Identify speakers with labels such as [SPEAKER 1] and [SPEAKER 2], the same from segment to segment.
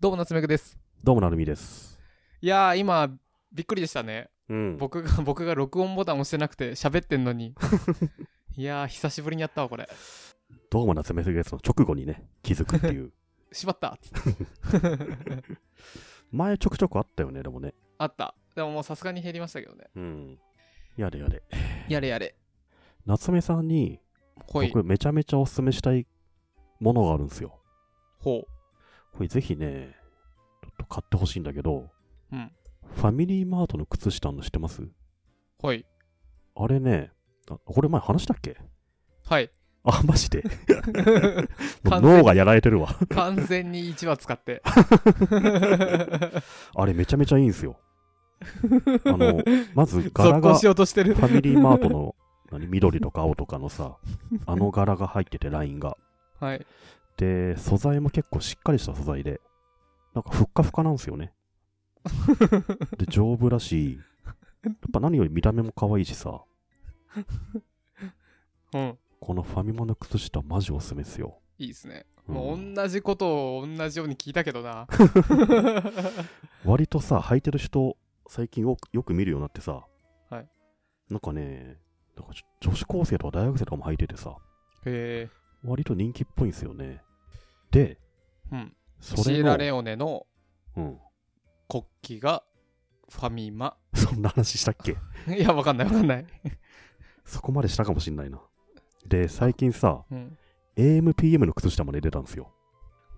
[SPEAKER 1] どうも夏目くです
[SPEAKER 2] どうもなるみです。
[SPEAKER 1] いやー今びっくりでしたね
[SPEAKER 2] うん。
[SPEAKER 1] 僕が 僕が録音ボタン押してなくて喋ってんの にいやー久しぶりにやったわこれ
[SPEAKER 2] どうも夏目漱石の直後にね、気づくっ ていう。
[SPEAKER 1] しまったっつって
[SPEAKER 2] 前ちょくちょくあったよね、でもね。
[SPEAKER 1] あったでももうさすがに減りましたけどね
[SPEAKER 2] うん。やれやれ。
[SPEAKER 1] やれやれ
[SPEAKER 2] 夏目さんに、
[SPEAKER 1] ほい
[SPEAKER 2] 僕めちゃめちゃおすすめしたいものがあるんですよ。
[SPEAKER 1] ほ
[SPEAKER 2] これぜひね、ちょっと買ってほしいんだけど、
[SPEAKER 1] ううん
[SPEAKER 2] ファミリーマートの靴下の知ってます
[SPEAKER 1] ほい
[SPEAKER 2] あれね、あこれ前話したっけ
[SPEAKER 1] はい
[SPEAKER 2] あ、マジで。もう
[SPEAKER 1] 完全に
[SPEAKER 2] 脳がやられてるわ。
[SPEAKER 1] 完全に1話使って
[SPEAKER 2] あれめちゃめちゃいいんですよ。あの、まず柄
[SPEAKER 1] 続
[SPEAKER 2] が
[SPEAKER 1] 行し。ようとしてる
[SPEAKER 2] ファミリーマートの何緑とか青とか のさ、あの柄が入ってて、ラインが。
[SPEAKER 1] はい
[SPEAKER 2] で、素材も結構しっかりした素材で、なんかふっかふかなんです よね。で、丈夫らしい。やっぱ何より見た目も可愛いしさ、
[SPEAKER 1] うん
[SPEAKER 2] このファミマの靴下、マジおすすめですよ。
[SPEAKER 1] いいですね
[SPEAKER 2] うん
[SPEAKER 1] もう同じことを同じように聞いたけど な
[SPEAKER 2] 割とさ、履いてる人、最近よよく見るようになってさ、
[SPEAKER 1] はい
[SPEAKER 2] なんかね、なんかちょ女子高生とか大学生とかも履いててさ、
[SPEAKER 1] へえ
[SPEAKER 2] 割と人気っぽいんですよね。で、
[SPEAKER 1] うん
[SPEAKER 2] そ
[SPEAKER 1] シ
[SPEAKER 2] れ
[SPEAKER 1] エ
[SPEAKER 2] の
[SPEAKER 1] ラレオネの
[SPEAKER 2] うん、
[SPEAKER 1] 国旗がファミマ
[SPEAKER 2] そんな話したっけ
[SPEAKER 1] いやわかんないわかんない、
[SPEAKER 2] そこまでしたかもしんないな。で、最近さ、
[SPEAKER 1] うん、
[SPEAKER 2] AMPM の靴下まで出たんですよ。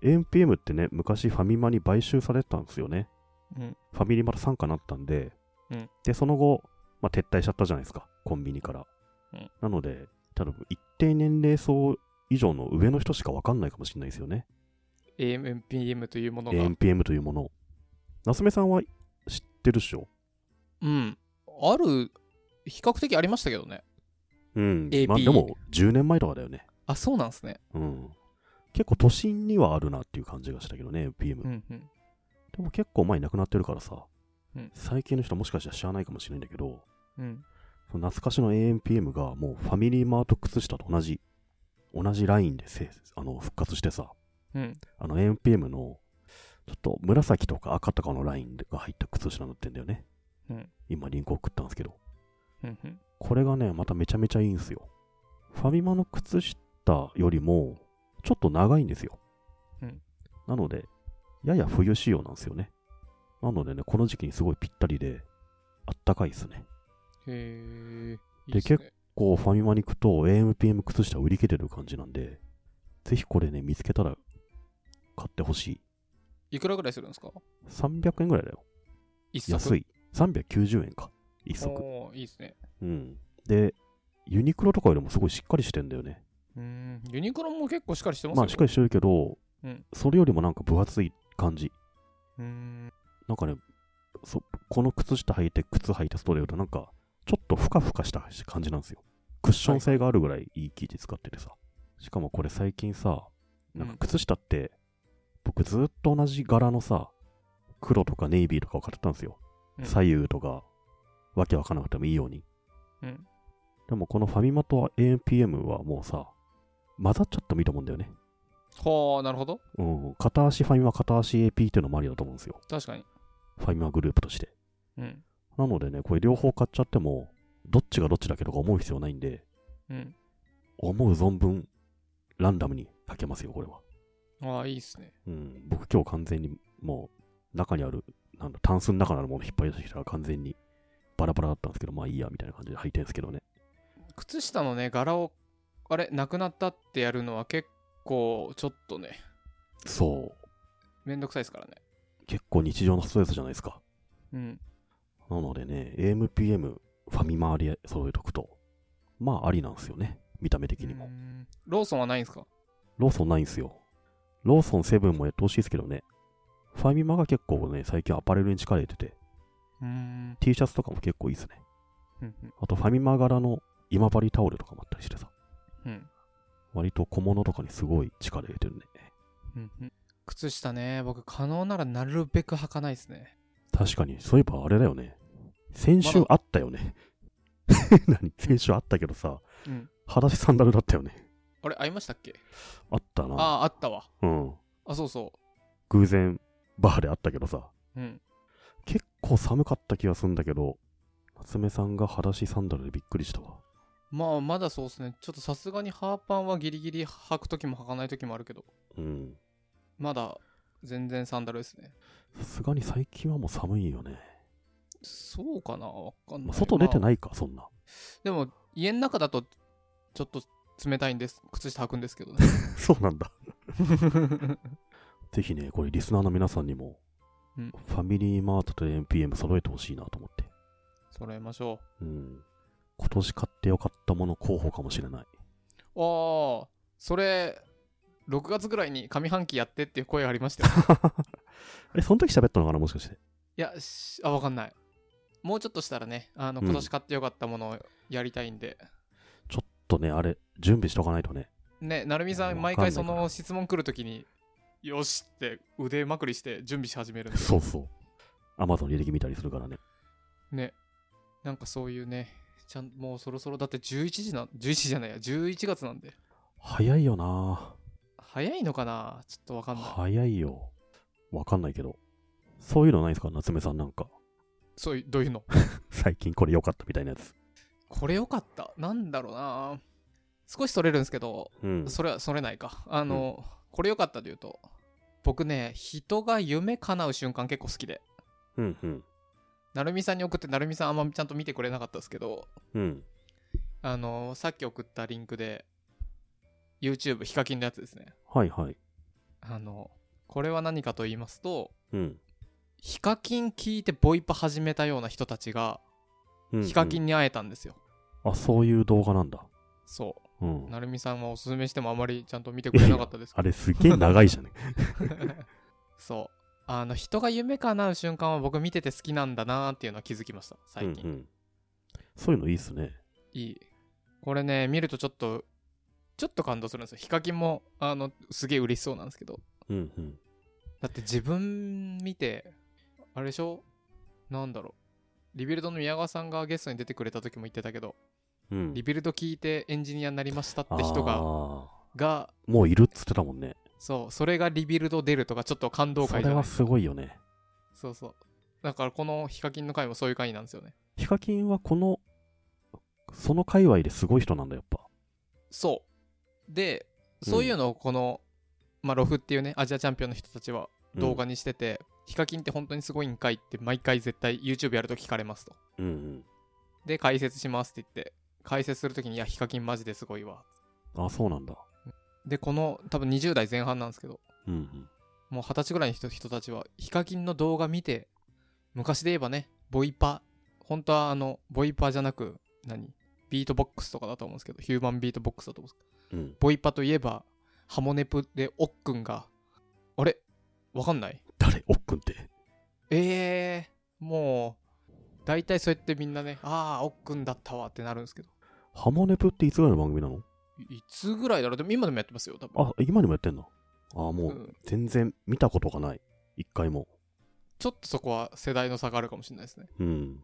[SPEAKER 2] AMPM ってね、昔ファミマに買収されてたんですよね。
[SPEAKER 1] うん
[SPEAKER 2] ファミリーマル傘下になったんで、
[SPEAKER 1] うん
[SPEAKER 2] で、その後、まあ、撤退しちゃったじゃないですか、コンビニから。
[SPEAKER 1] うん
[SPEAKER 2] なので、多分一定年齢層以上の上の人しかわかんないかもしれないですよね。
[SPEAKER 1] AMPM というものが
[SPEAKER 2] AMPM というもの。夏目さんは知ってるっしょ
[SPEAKER 1] うんある比較的ありましたけどね
[SPEAKER 2] うん。
[SPEAKER 1] AP
[SPEAKER 2] まあ、でも、10年前とかだよね。
[SPEAKER 1] あそうなんですね
[SPEAKER 2] うん。結構都心にはあるなっていう感じがしたけどね、PM。
[SPEAKER 1] うんうん
[SPEAKER 2] でも結構前になくなってるからさ、
[SPEAKER 1] うん
[SPEAKER 2] 最近の人もしかしたら知らないかもしれないんだけど、
[SPEAKER 1] うん
[SPEAKER 2] その懐かしの AMPM がもうファミリーマート靴下と同じ、同じラインでせあの復活してさ、
[SPEAKER 1] うん
[SPEAKER 2] あの AMPM のちょっと紫とか赤とかのラインが入った靴下になってんだよね。
[SPEAKER 1] うん
[SPEAKER 2] 今リンク送ったんですけど、
[SPEAKER 1] うんうん
[SPEAKER 2] これがね、まためちゃめちゃいいんですよ。ファミマの靴下よりも、ちょっと長いんですよ。
[SPEAKER 1] うん
[SPEAKER 2] なので、やや冬仕様なんですよね。なのでね、この時期にすごいぴったりで、あったかいですね。
[SPEAKER 1] へえ
[SPEAKER 2] で結こう、ファミマに行くと AMPM 靴下売り切れる感じなんで、ぜひこれね、見つけたら買ってほしい。
[SPEAKER 1] いくらぐらいするんですか
[SPEAKER 2] 300円ぐらいだよ。
[SPEAKER 1] 一足
[SPEAKER 2] 安い。390円か。一足。
[SPEAKER 1] おーいいですね
[SPEAKER 2] うん。で、ユニクロとかよりもすごいしっかりしてんだよね。
[SPEAKER 1] うんユニクロも結構しっかりしてますよ
[SPEAKER 2] まあしっかりしてるけど、
[SPEAKER 1] うん
[SPEAKER 2] それよりもなんか分厚い感じ
[SPEAKER 1] うん
[SPEAKER 2] なんかねそこの靴下履いて靴履いてストレートなんかちょっとふかふかした感じなんですよクッション性があるぐらいいい生地使っててさ、しかもこれ最近さなんか靴下って僕ずっと同じ柄のさ黒とかネイビーとかを買ってたんですよ、
[SPEAKER 1] うん
[SPEAKER 2] 左右とかわけわかんなくてもいいように
[SPEAKER 1] うん
[SPEAKER 2] でもこのファミマと AMPM はもうさ混ざっちゃってもいいと思うんだよね
[SPEAKER 1] はあなるほど
[SPEAKER 2] うん、片足ファミマ、片足 AP っていうのもありだと思うんですよ。
[SPEAKER 1] 確かに
[SPEAKER 2] ファミマグループとして。
[SPEAKER 1] うん
[SPEAKER 2] なのでね、これ両方買っちゃっても、どっちがどっちだけとか思う必要ないんで、
[SPEAKER 1] うん
[SPEAKER 2] 思う存分、ランダムに書けますよ、これは。
[SPEAKER 1] ああいいですね
[SPEAKER 2] うん、僕今日完全に、もう、中にある、なんだ、タンスの中にあるもの引っ張り出してきたら完全に、バラバラだったんですけど、まあいいや、みたいな感じで履いてるんですけどね。
[SPEAKER 1] 靴下のね柄をあれなくなったってやるのは結構ちょっとね
[SPEAKER 2] そ
[SPEAKER 1] めんどくさいですからね
[SPEAKER 2] う。結構日常のストレスじゃないですか。
[SPEAKER 1] うん
[SPEAKER 2] なのでね、AMPM、ファミマあり揃えとくと、まあありなんですよね。見た目的にも
[SPEAKER 1] う。んローソンはないんですか
[SPEAKER 2] ローソンないんすよ。ローソンセブンもやってほしいですけどね。ファミマが結構ね、最近アパレルに力入れてて、
[SPEAKER 1] うーん
[SPEAKER 2] T シャツとかも結構いいですね。
[SPEAKER 1] うん
[SPEAKER 2] あとファミマ柄の今治タオルとかもあったりしてさ、
[SPEAKER 1] うん
[SPEAKER 2] 割と小物とかにすごい力入れてるね。
[SPEAKER 1] うんうん靴下ね僕可能ならなるべく履かないですね
[SPEAKER 2] 確かに、そういえばあれだよね。先週
[SPEAKER 1] ま
[SPEAKER 2] あったよね。 何先週あったけどさ、
[SPEAKER 1] うん
[SPEAKER 2] 裸足サンダルだったよね。
[SPEAKER 1] あれ会いましたっけ
[SPEAKER 2] あったな。
[SPEAKER 1] ああーあったわ
[SPEAKER 2] うん。
[SPEAKER 1] あそうそ
[SPEAKER 2] 偶然、バーであったけどさ、
[SPEAKER 1] うん。
[SPEAKER 2] 結構寒かった気がするんだけど、夏目さんが裸足サンダルでびっくりしたわ。
[SPEAKER 1] まあ、まだそうですね。ちょっとさすがにハーパンはギリギリ履くときも履かないときもあるけど、
[SPEAKER 2] うん。
[SPEAKER 1] まだ全然サンダルですね。
[SPEAKER 2] さすがに最近はもう寒いよね。
[SPEAKER 1] そうかなわかんな
[SPEAKER 2] まあ
[SPEAKER 1] い。
[SPEAKER 2] 外出て
[SPEAKER 1] まあ
[SPEAKER 2] ないか、そんな。
[SPEAKER 1] でも、家の中だと、ちょっと冷たいんです。靴下履くんですけど ね。
[SPEAKER 2] そうなんだ。ぜひね、これリスナーの皆さんにも、
[SPEAKER 1] うん
[SPEAKER 2] ファミリーマートと NPM 揃えてほしいなと思って。
[SPEAKER 1] 揃えましょ
[SPEAKER 2] うん。今年買ってよかったもの候補かもしれない。
[SPEAKER 1] う。ああ、それ、6月ぐらいに上半期やってっていう声がありましたよ。
[SPEAKER 2] え、その時喋ったのかな、もしかして。
[SPEAKER 1] いや、しあ、わかんない。もうちょっとしたらね、あの、
[SPEAKER 2] うん
[SPEAKER 1] 今年買ってよかったものをやりたいんで。
[SPEAKER 2] とね、あれ、準備しとかないとね。
[SPEAKER 1] ね、なるみさん、
[SPEAKER 2] わかんな
[SPEAKER 1] 毎
[SPEAKER 2] いから
[SPEAKER 1] 回その質問来るときに、よしって腕まくりして準備し始めるんで。
[SPEAKER 2] そうそう。アマゾン履歴見たりするからね。
[SPEAKER 1] ね。なんかそういうね、ちゃんもうそろそろ、だって11時な、11時じゃないや、11月なんで。
[SPEAKER 2] 早いよな
[SPEAKER 1] 早いのかなちょっとわかんない。
[SPEAKER 2] 早いよ。わかんないけど。そういうのないですか夏目さんなんか。
[SPEAKER 1] そういう、どういうの
[SPEAKER 2] 最近これ良かったみたいなやつ。
[SPEAKER 1] これよかった。なんだろうな。少しそれるんですけど、
[SPEAKER 2] うん。
[SPEAKER 1] それは、それないか。あの、これよかったというと、僕ね、人が夢叶う瞬間結構好きで。
[SPEAKER 2] うんうん。
[SPEAKER 1] なるみさんに送って、なるみさんあんまちゃんと見てくれなかったですけど、
[SPEAKER 2] うん。
[SPEAKER 1] あのさっき送ったリンクで YouTube ヒカキンのやつですね
[SPEAKER 2] はいはい。
[SPEAKER 1] あのこれは何かと言いますと
[SPEAKER 2] うん。
[SPEAKER 1] ヒカキン聞いてボイパ始めたような人たちが
[SPEAKER 2] うんうん
[SPEAKER 1] ヒカキンに会えたんですよ、
[SPEAKER 2] あ、そういう動画なんだ。
[SPEAKER 1] そ
[SPEAKER 2] うん
[SPEAKER 1] う。なるみさんはおすすめしてもあまりちゃんと見てくれなかったですけ
[SPEAKER 2] あれすげえ長いじゃね。
[SPEAKER 1] どそうあの人が夢叶う瞬間は僕見てて好きなんだなーっていう のは気づきました最近、
[SPEAKER 2] うんうんそういうのいいっすね。
[SPEAKER 1] いいこれね見るとちょっとちょっと感動するんですよヒカキンもあのすげえ嬉しそうなんですけど
[SPEAKER 2] うんうん。
[SPEAKER 1] だって自分見て、あれでしょなんだろう。リビルドの宮川さんがゲストに出てくれた時も言ってたけど、
[SPEAKER 2] うん、
[SPEAKER 1] リビルド聞いてエンジニアになりましたって人
[SPEAKER 2] あー
[SPEAKER 1] が、が、
[SPEAKER 2] もういるっつってたもんね。
[SPEAKER 1] そう、それがリビルド出るとかちょっと感動
[SPEAKER 2] そ
[SPEAKER 1] 会
[SPEAKER 2] れ
[SPEAKER 1] じゃな
[SPEAKER 2] はいすごいよね。
[SPEAKER 1] そうそう。だからこのヒカキンの回もそういう回なんですよね。
[SPEAKER 2] ヒカキンはこの、その界隈ですごい人なんだ、やっぱ。
[SPEAKER 1] そう。で、そういうのをこの、まあ、ロフっていうね、アジアチャンピオンの人たちは
[SPEAKER 2] うん
[SPEAKER 1] 動画にしてて、ヒカキンって本当にすごいんかいって毎回絶対 YouTube やると聞かれますと。
[SPEAKER 2] うんうん。
[SPEAKER 1] で、解説しますって言って、解説するときに、いや、ヒカキンマジですごいわ。
[SPEAKER 2] あ、そうなんだ。
[SPEAKER 1] で、この、多分20代前半なんですけど、
[SPEAKER 2] うんうん。
[SPEAKER 1] もう20歳ぐらいの人人たちは、ヒカキンの動画見て、昔で言えばね、ボイパ、本当はあの、ボイパじゃなく、何ビートボックスとかだと思うんですけど、ヒューマンビートボックスだと思うんですけど、
[SPEAKER 2] うん、
[SPEAKER 1] ボイパといえば、ハモネプで、おっくんが、あれわかんない
[SPEAKER 2] 誰おっくんって。
[SPEAKER 1] えー、もう、大体そうやってみんなね、ああ、おっくんだったわってなるんですけど、
[SPEAKER 2] ハモネプっていつぐらいの番組なの
[SPEAKER 1] いいつぐらいだろうでも今でもやってますよ、多分。
[SPEAKER 2] あ、今にもやってんのあ、も
[SPEAKER 1] うん
[SPEAKER 2] う全然見たことがない。一回も。
[SPEAKER 1] ちょっとそこは世代の差があるかもしれないですね。
[SPEAKER 2] うん。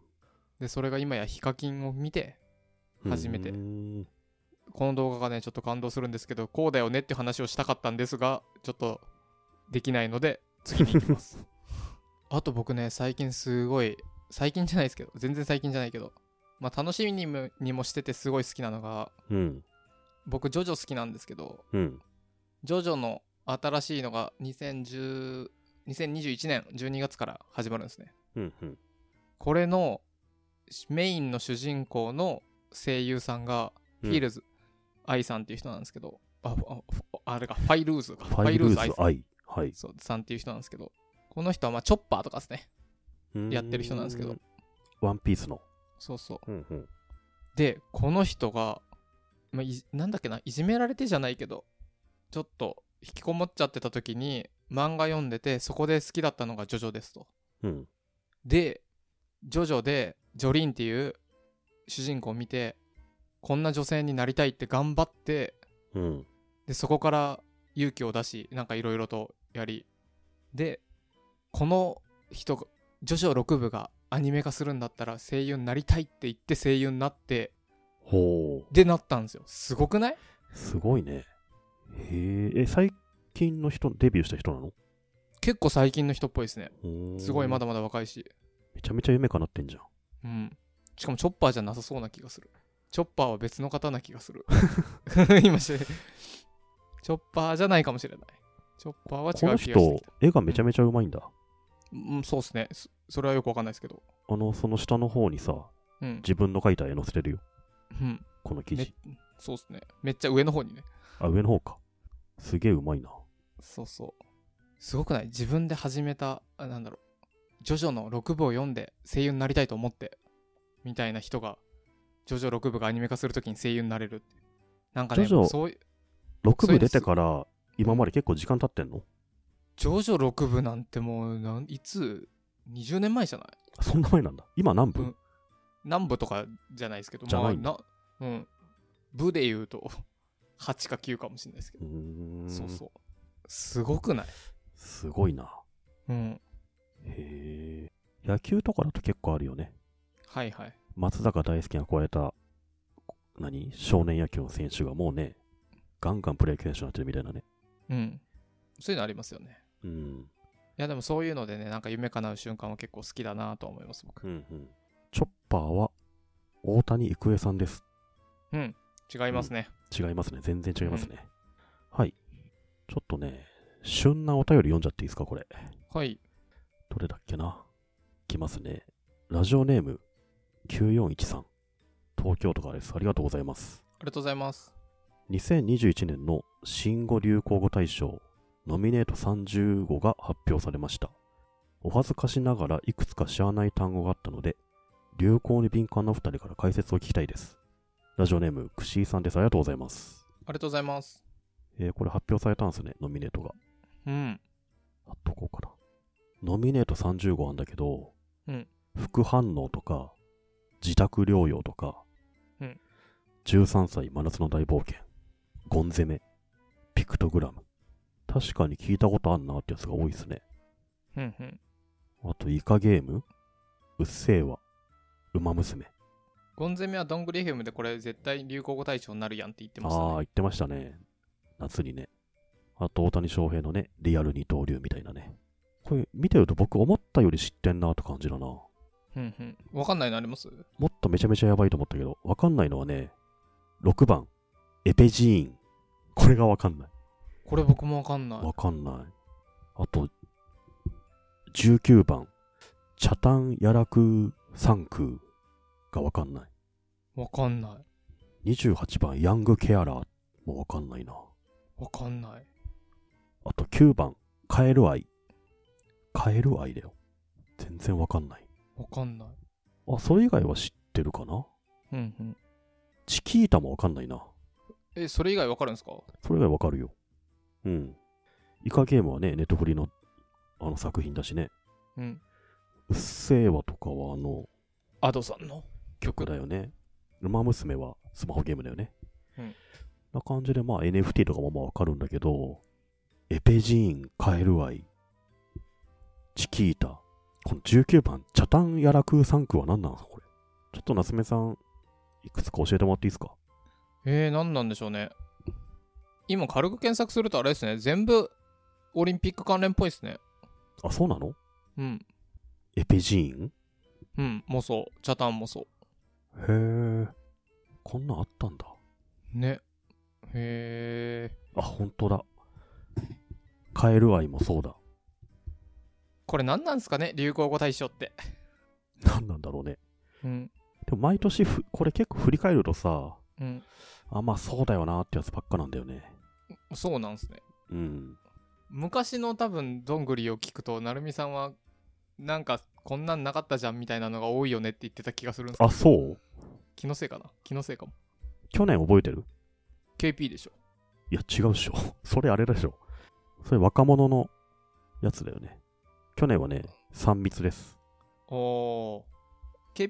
[SPEAKER 1] で、それが今やヒカキンを見て、初めて
[SPEAKER 2] うん
[SPEAKER 1] この動画がね、ちょっと感動するんですけど、こうだよねって話をしたかったんですが、ちょっとできないので、次に行き ます。あと僕ね、最近すごい、最近じゃないですけど、全然最近じゃないけど、まあ楽しみにもにもしててすごい好きなのが、
[SPEAKER 2] うん。
[SPEAKER 1] 僕、ジョジョ好きなんですけど、
[SPEAKER 2] うん。
[SPEAKER 1] ジョジョの新しいのが2010 2021年12月から始まるんですね。
[SPEAKER 2] うん。うん。
[SPEAKER 1] これのメインの主人公の声優さんがフ
[SPEAKER 2] うん
[SPEAKER 1] ィールズ愛さんっていう人なんですけど、ああああれかファイルーズか
[SPEAKER 2] ファイルーズ
[SPEAKER 1] 愛さん
[SPEAKER 2] 愛。はい。
[SPEAKER 1] そうさんっていう人なんですけどこの人はまあチョッパーとかですねやってる人なんですけど
[SPEAKER 2] う。ワンピースの。
[SPEAKER 1] そうそう
[SPEAKER 2] うんうん。
[SPEAKER 1] でこの人が、まあ、いなんだっけないじめられてじゃないけどちょっと引きこもっちゃってた時に漫画読んでてそこで好きだったのがジョジョですと
[SPEAKER 2] うん。
[SPEAKER 1] で、ジョジョでジョリーンっていう主人公を見て、こんな女性になりたいって頑張って、
[SPEAKER 2] うん。
[SPEAKER 1] で、そこから勇気を出し、なんかいろいろとやり、で、この人が、ジョジョ6部がアニメ化するんだったら声優になりたいって言って声優になって、
[SPEAKER 2] ほ。
[SPEAKER 1] でなったんですよ。すごくないう
[SPEAKER 2] すごいね。へえ。え、最近の人、デビューした人なの
[SPEAKER 1] 結構最近の人っぽいですね
[SPEAKER 2] おー
[SPEAKER 1] すごいまだまだ若いし
[SPEAKER 2] めちゃめちゃ夢叶ってんじゃ
[SPEAKER 1] う
[SPEAKER 2] ん
[SPEAKER 1] んしかもチョッパーじゃなさそうな気がするチョッパーは別の方な気がする 今してチョッパーじゃないかもしれないチョッパーは
[SPEAKER 2] こ
[SPEAKER 1] 違
[SPEAKER 2] の
[SPEAKER 1] う気がして
[SPEAKER 2] 人
[SPEAKER 1] きた
[SPEAKER 2] 絵がめちゃめちゃうまいんだ、
[SPEAKER 1] うんそうですねそそれはよくわかんないですけど
[SPEAKER 2] あのその下の方にさ
[SPEAKER 1] うん、
[SPEAKER 2] 自分の描いた絵載せてるよ
[SPEAKER 1] うん、
[SPEAKER 2] この記事、
[SPEAKER 1] そうですねめっちゃ上の方にね
[SPEAKER 2] あ上の方かすげえうまいな
[SPEAKER 1] そうそうすごくない自分で始めたあなんだろうジョジョの6部を読んで声優になりたいと思ってみたいな人がジョジョ6部がアニメ化するときに声優になれるってなんかね
[SPEAKER 2] ジョジョ
[SPEAKER 1] そういう
[SPEAKER 2] 6
[SPEAKER 1] そういうの
[SPEAKER 2] 部出
[SPEAKER 1] す
[SPEAKER 2] てから今まで結構時間経ってんの
[SPEAKER 1] ジョジョ6部なんてもうなんいつ20年前じゃない
[SPEAKER 2] そんな前なんだ今何部、
[SPEAKER 1] うん何部とかじゃないですけど
[SPEAKER 2] じゃないん
[SPEAKER 1] まあなうん部で言うと8か9かもしれないですけど
[SPEAKER 2] うーん
[SPEAKER 1] そうそうすごくない
[SPEAKER 2] すごいな
[SPEAKER 1] うん
[SPEAKER 2] へえ野球とかだと結構あるよね
[SPEAKER 1] はいはい
[SPEAKER 2] 松坂大輔が超えたこ何少年野球の選手がもうねガンガンプロ野球選手になってるみたいなね
[SPEAKER 1] うんそういうのありますよね
[SPEAKER 2] うん
[SPEAKER 1] いやでもそういうのでね、なんか夢叶う瞬間は結構好きだなとは思います、僕。
[SPEAKER 2] うんうんチョッパーは大谷育英さんです
[SPEAKER 1] うん、違いますね。
[SPEAKER 2] 違いますね全然違いますね、はいちょっとね旬なお便り読んじゃっていいですかこれ
[SPEAKER 1] はい。
[SPEAKER 2] どれだっけな。いきますね。ラジオネーム9413。東京都からです。ありがとうございます。
[SPEAKER 1] ありがとうございます。
[SPEAKER 2] 2021年の新語・流行語大賞、ノミネート30語が発表されました。お恥ずかしながらいくつか知らない単語があったので、流行に敏感なお二人から解説を聞きたいです。ラジオネーム、くしーさんです。ありがとうございます。
[SPEAKER 1] ありがとうございます。
[SPEAKER 2] えーこれ発表されたんですね、ノミネートが。
[SPEAKER 1] うん。
[SPEAKER 2] あとこうかな。ノミネート30号なんだけど、
[SPEAKER 1] うん
[SPEAKER 2] 副反応とか、自宅療養とか、
[SPEAKER 1] うん
[SPEAKER 2] 13歳真夏の大冒険、ゴン攻め、ピクトグラム。確かに聞いたことあんなってやつが多いですね。
[SPEAKER 1] うんうん。
[SPEAKER 2] あと、イカゲーム、うっせぇわ、ウマ娘。
[SPEAKER 1] ゴンゼミはどんぐり FM でこれ絶対流行語大賞になるやんって言ってました
[SPEAKER 2] ああー、
[SPEAKER 1] ね。
[SPEAKER 2] 言ってましたね。夏にね。あと、大谷翔平のね、リアル二刀流みたいなね。これ、見てると僕思ったより知ってんなって感じだな。
[SPEAKER 1] うんうん。わかんないのあります
[SPEAKER 2] もっとめちゃめちゃやばいと思ったけど、わかんないのはね、6番、エペジーン。これがわかんない。
[SPEAKER 1] これ僕もわかんない。
[SPEAKER 2] わかんない。あと、19番、チャタンヤラクサンクーがわかんな
[SPEAKER 1] わかんない。
[SPEAKER 2] い。28番、ヤングケアラーもわかんないな。
[SPEAKER 1] わかんない。
[SPEAKER 2] あと9番、カエル愛。カエル愛だよ。全然わかんない。
[SPEAKER 1] わかんない。
[SPEAKER 2] あ、それ以外は知ってるかな
[SPEAKER 1] うんうん。
[SPEAKER 2] チキータもわかんないな。
[SPEAKER 1] え、それ以外わかるんですか
[SPEAKER 2] それがわかるよ。うん。イカゲームはね、ネットフリのあの作品だしね。
[SPEAKER 1] うん。
[SPEAKER 2] うっせぇわとかはあの
[SPEAKER 1] アドさんの
[SPEAKER 2] 曲だよね。ウマ娘はスマホゲームだよね。
[SPEAKER 1] うん。
[SPEAKER 2] な感じでまあ NFT とかもまあわかるんだけど、エペジーン、カエルアイ、チキータ。この19番、チャタンヤラクーサンクは何なんですかこれ。ちょっと夏目さん、いくつか教えてもらっていいですか
[SPEAKER 1] えー、何なんでしょうね。今軽く検索するとあれですね。全部オリンピック関連っぽいですね。
[SPEAKER 2] あ、そうなの
[SPEAKER 1] うん。
[SPEAKER 2] エペジーン
[SPEAKER 1] うん、もそう。チャタンもそ
[SPEAKER 2] へえ。こんなんあったんだ。
[SPEAKER 1] う。ね。へえ。
[SPEAKER 2] あ、本当だ。カエル愛もそうだ。
[SPEAKER 1] これ何なんですかね流行語大賞って。
[SPEAKER 2] 何なんだろうね。
[SPEAKER 1] うん。
[SPEAKER 2] でも毎年ふ、これ結構振り返るとさ、
[SPEAKER 1] うん。
[SPEAKER 2] あ、まあそうだよなってやつばっかなんだよね。
[SPEAKER 1] そうなんですね。
[SPEAKER 2] うん。
[SPEAKER 1] 昔の多分、どんぐりを聞くと、なるみさんは、なんか、こんなんなかったじゃんみたいなのが多いよねって言ってた気がするんですけど
[SPEAKER 2] あ、そう
[SPEAKER 1] 気のせいかな気のせいかも。
[SPEAKER 2] 去年覚えてる
[SPEAKER 1] KP でしょ。
[SPEAKER 2] いや、違うっしょ。 それあれでしょ。それ若者のやつだよね。去年はね、3密です。
[SPEAKER 1] おー。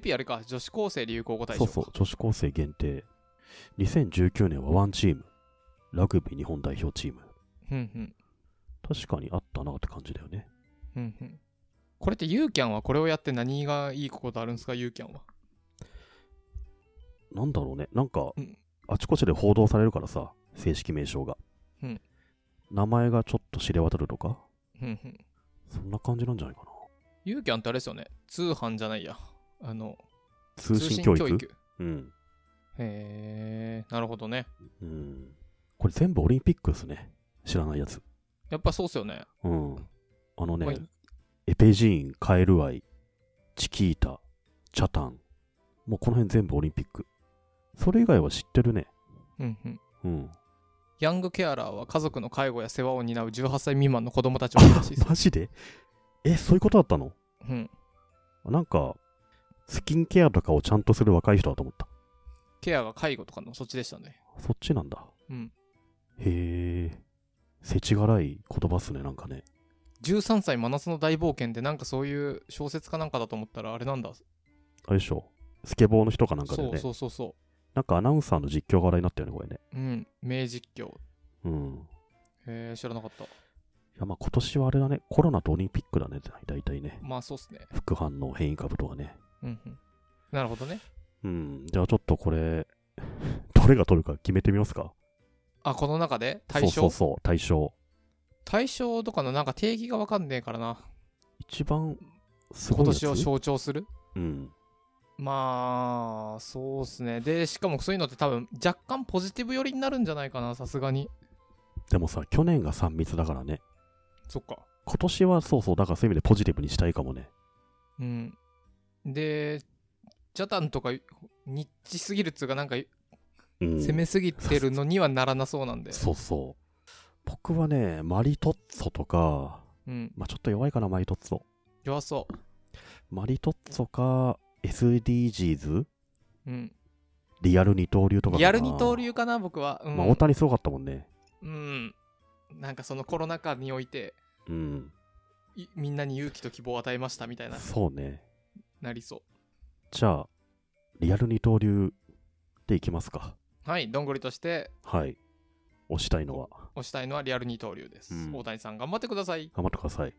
[SPEAKER 1] KP あれか、女子高生流行語大
[SPEAKER 2] そ
[SPEAKER 1] 賞
[SPEAKER 2] う
[SPEAKER 1] か。
[SPEAKER 2] そう、女子高生限定。2019年はワンチーム。ラグビー日本代表チーム。
[SPEAKER 1] うんうん。
[SPEAKER 2] 確かにあったなって感じだよね。
[SPEAKER 1] うんうん。これってユーキャンはこれをやって何がいいことあるんですかユーキャンは。
[SPEAKER 2] なんだろうね、なんか、
[SPEAKER 1] うん
[SPEAKER 2] あちこちで報道されるからさ、正式名称が。
[SPEAKER 1] うん
[SPEAKER 2] 名前がちょっと知れ渡るとか、
[SPEAKER 1] うんうん。
[SPEAKER 2] そんな感じなんじゃないかな。
[SPEAKER 1] ユーキャンってあれですよね。通販じゃないや。あの、
[SPEAKER 2] 通信教育
[SPEAKER 1] 通育
[SPEAKER 2] うん。
[SPEAKER 1] へえ、なるほどね。
[SPEAKER 2] うん。これ全部オリンピックですね。知らないやつ。
[SPEAKER 1] やっぱそうっすよね。
[SPEAKER 2] うん。あの
[SPEAKER 1] は
[SPEAKER 2] ね
[SPEAKER 1] い、
[SPEAKER 2] エペジーン、カエルアイ、チキータ、チャタン。もうこの辺全部オリンピック。それ以外は知ってるね。
[SPEAKER 1] うんうん。
[SPEAKER 2] うん。
[SPEAKER 1] ヤングケアラーは家族の介護や世話を担う18歳未満の子供たちを指しい です。
[SPEAKER 2] マジでえ、そういうことだったの
[SPEAKER 1] うん。
[SPEAKER 2] なんか、スキンケアとかをちゃんとする若い人だと思った。
[SPEAKER 1] ケアが介護とかのそっちでしたね。
[SPEAKER 2] そっちなんだ。
[SPEAKER 1] うん。
[SPEAKER 2] へえ。せちがらい言葉っすね、なんかね。
[SPEAKER 1] 13歳真夏の大冒険ってなんかそういう小説かなんかだと思ったらあれなんだ。
[SPEAKER 2] あれでしょ。スケボーの人かなんかで
[SPEAKER 1] そ
[SPEAKER 2] ね
[SPEAKER 1] う。そうそうそ
[SPEAKER 2] なんかアナウンサーの実況が話題になったよね、これね。
[SPEAKER 1] う。うん。名実況。
[SPEAKER 2] うん。
[SPEAKER 1] へえ、知らなかった。
[SPEAKER 2] いや、まあ今年はあれだね、コロナとオリンピックだね、大体ね。
[SPEAKER 1] まあそうっすね。
[SPEAKER 2] 副反応変異株とかね。
[SPEAKER 1] うんうん。なるほどね。
[SPEAKER 2] うん。じゃあちょっとこれ、 どれが取るか決めてみますか
[SPEAKER 1] あ、この中で対象
[SPEAKER 2] そうそうそう、対象。
[SPEAKER 1] 対象とかのなんか定義がわかんねえからな。
[SPEAKER 2] 一番すご
[SPEAKER 1] 今
[SPEAKER 2] いやつ
[SPEAKER 1] 年を象徴する
[SPEAKER 2] うん。
[SPEAKER 1] まあ、そうっすね。で、しかもそういうのって多分若干ポジティブ寄りになるんじゃないかな、さすがに。
[SPEAKER 2] でもさ、去年が3密だからね。
[SPEAKER 1] そっか。
[SPEAKER 2] 今年はそうそう、だからそういう意味でポジティブにしたいかもね。
[SPEAKER 1] うん。で、ジャタンとか、ニッチすぎるっつうか、なんか、
[SPEAKER 2] うん。
[SPEAKER 1] 攻めすぎてるのにはならなそうなんで。
[SPEAKER 2] そうそう。僕はね、マリトッツォとか、
[SPEAKER 1] うん。
[SPEAKER 2] まあちょっと弱いかな、マリトッツォ。
[SPEAKER 1] 弱そ
[SPEAKER 2] マリトッツォか、SDGs?
[SPEAKER 1] う。うん。
[SPEAKER 2] リアル二刀流とかかな
[SPEAKER 1] リアル二刀流かな、僕は。うん。
[SPEAKER 2] まあ、大谷すごかったもんね。
[SPEAKER 1] うん。なんかそのコロナ禍において、
[SPEAKER 2] うん。
[SPEAKER 1] いみんなに勇気と希望を与えましたみたいな、
[SPEAKER 2] そうね。
[SPEAKER 1] なりそ
[SPEAKER 2] じゃあ、リアル二刀流でいきますか。
[SPEAKER 1] う。はい、どんぐりとして、
[SPEAKER 2] はい。押したいのは。
[SPEAKER 1] 推したいのはリアル二刀流です。
[SPEAKER 2] うん
[SPEAKER 1] 大谷さん、頑張ってください。
[SPEAKER 2] 頑張ってください。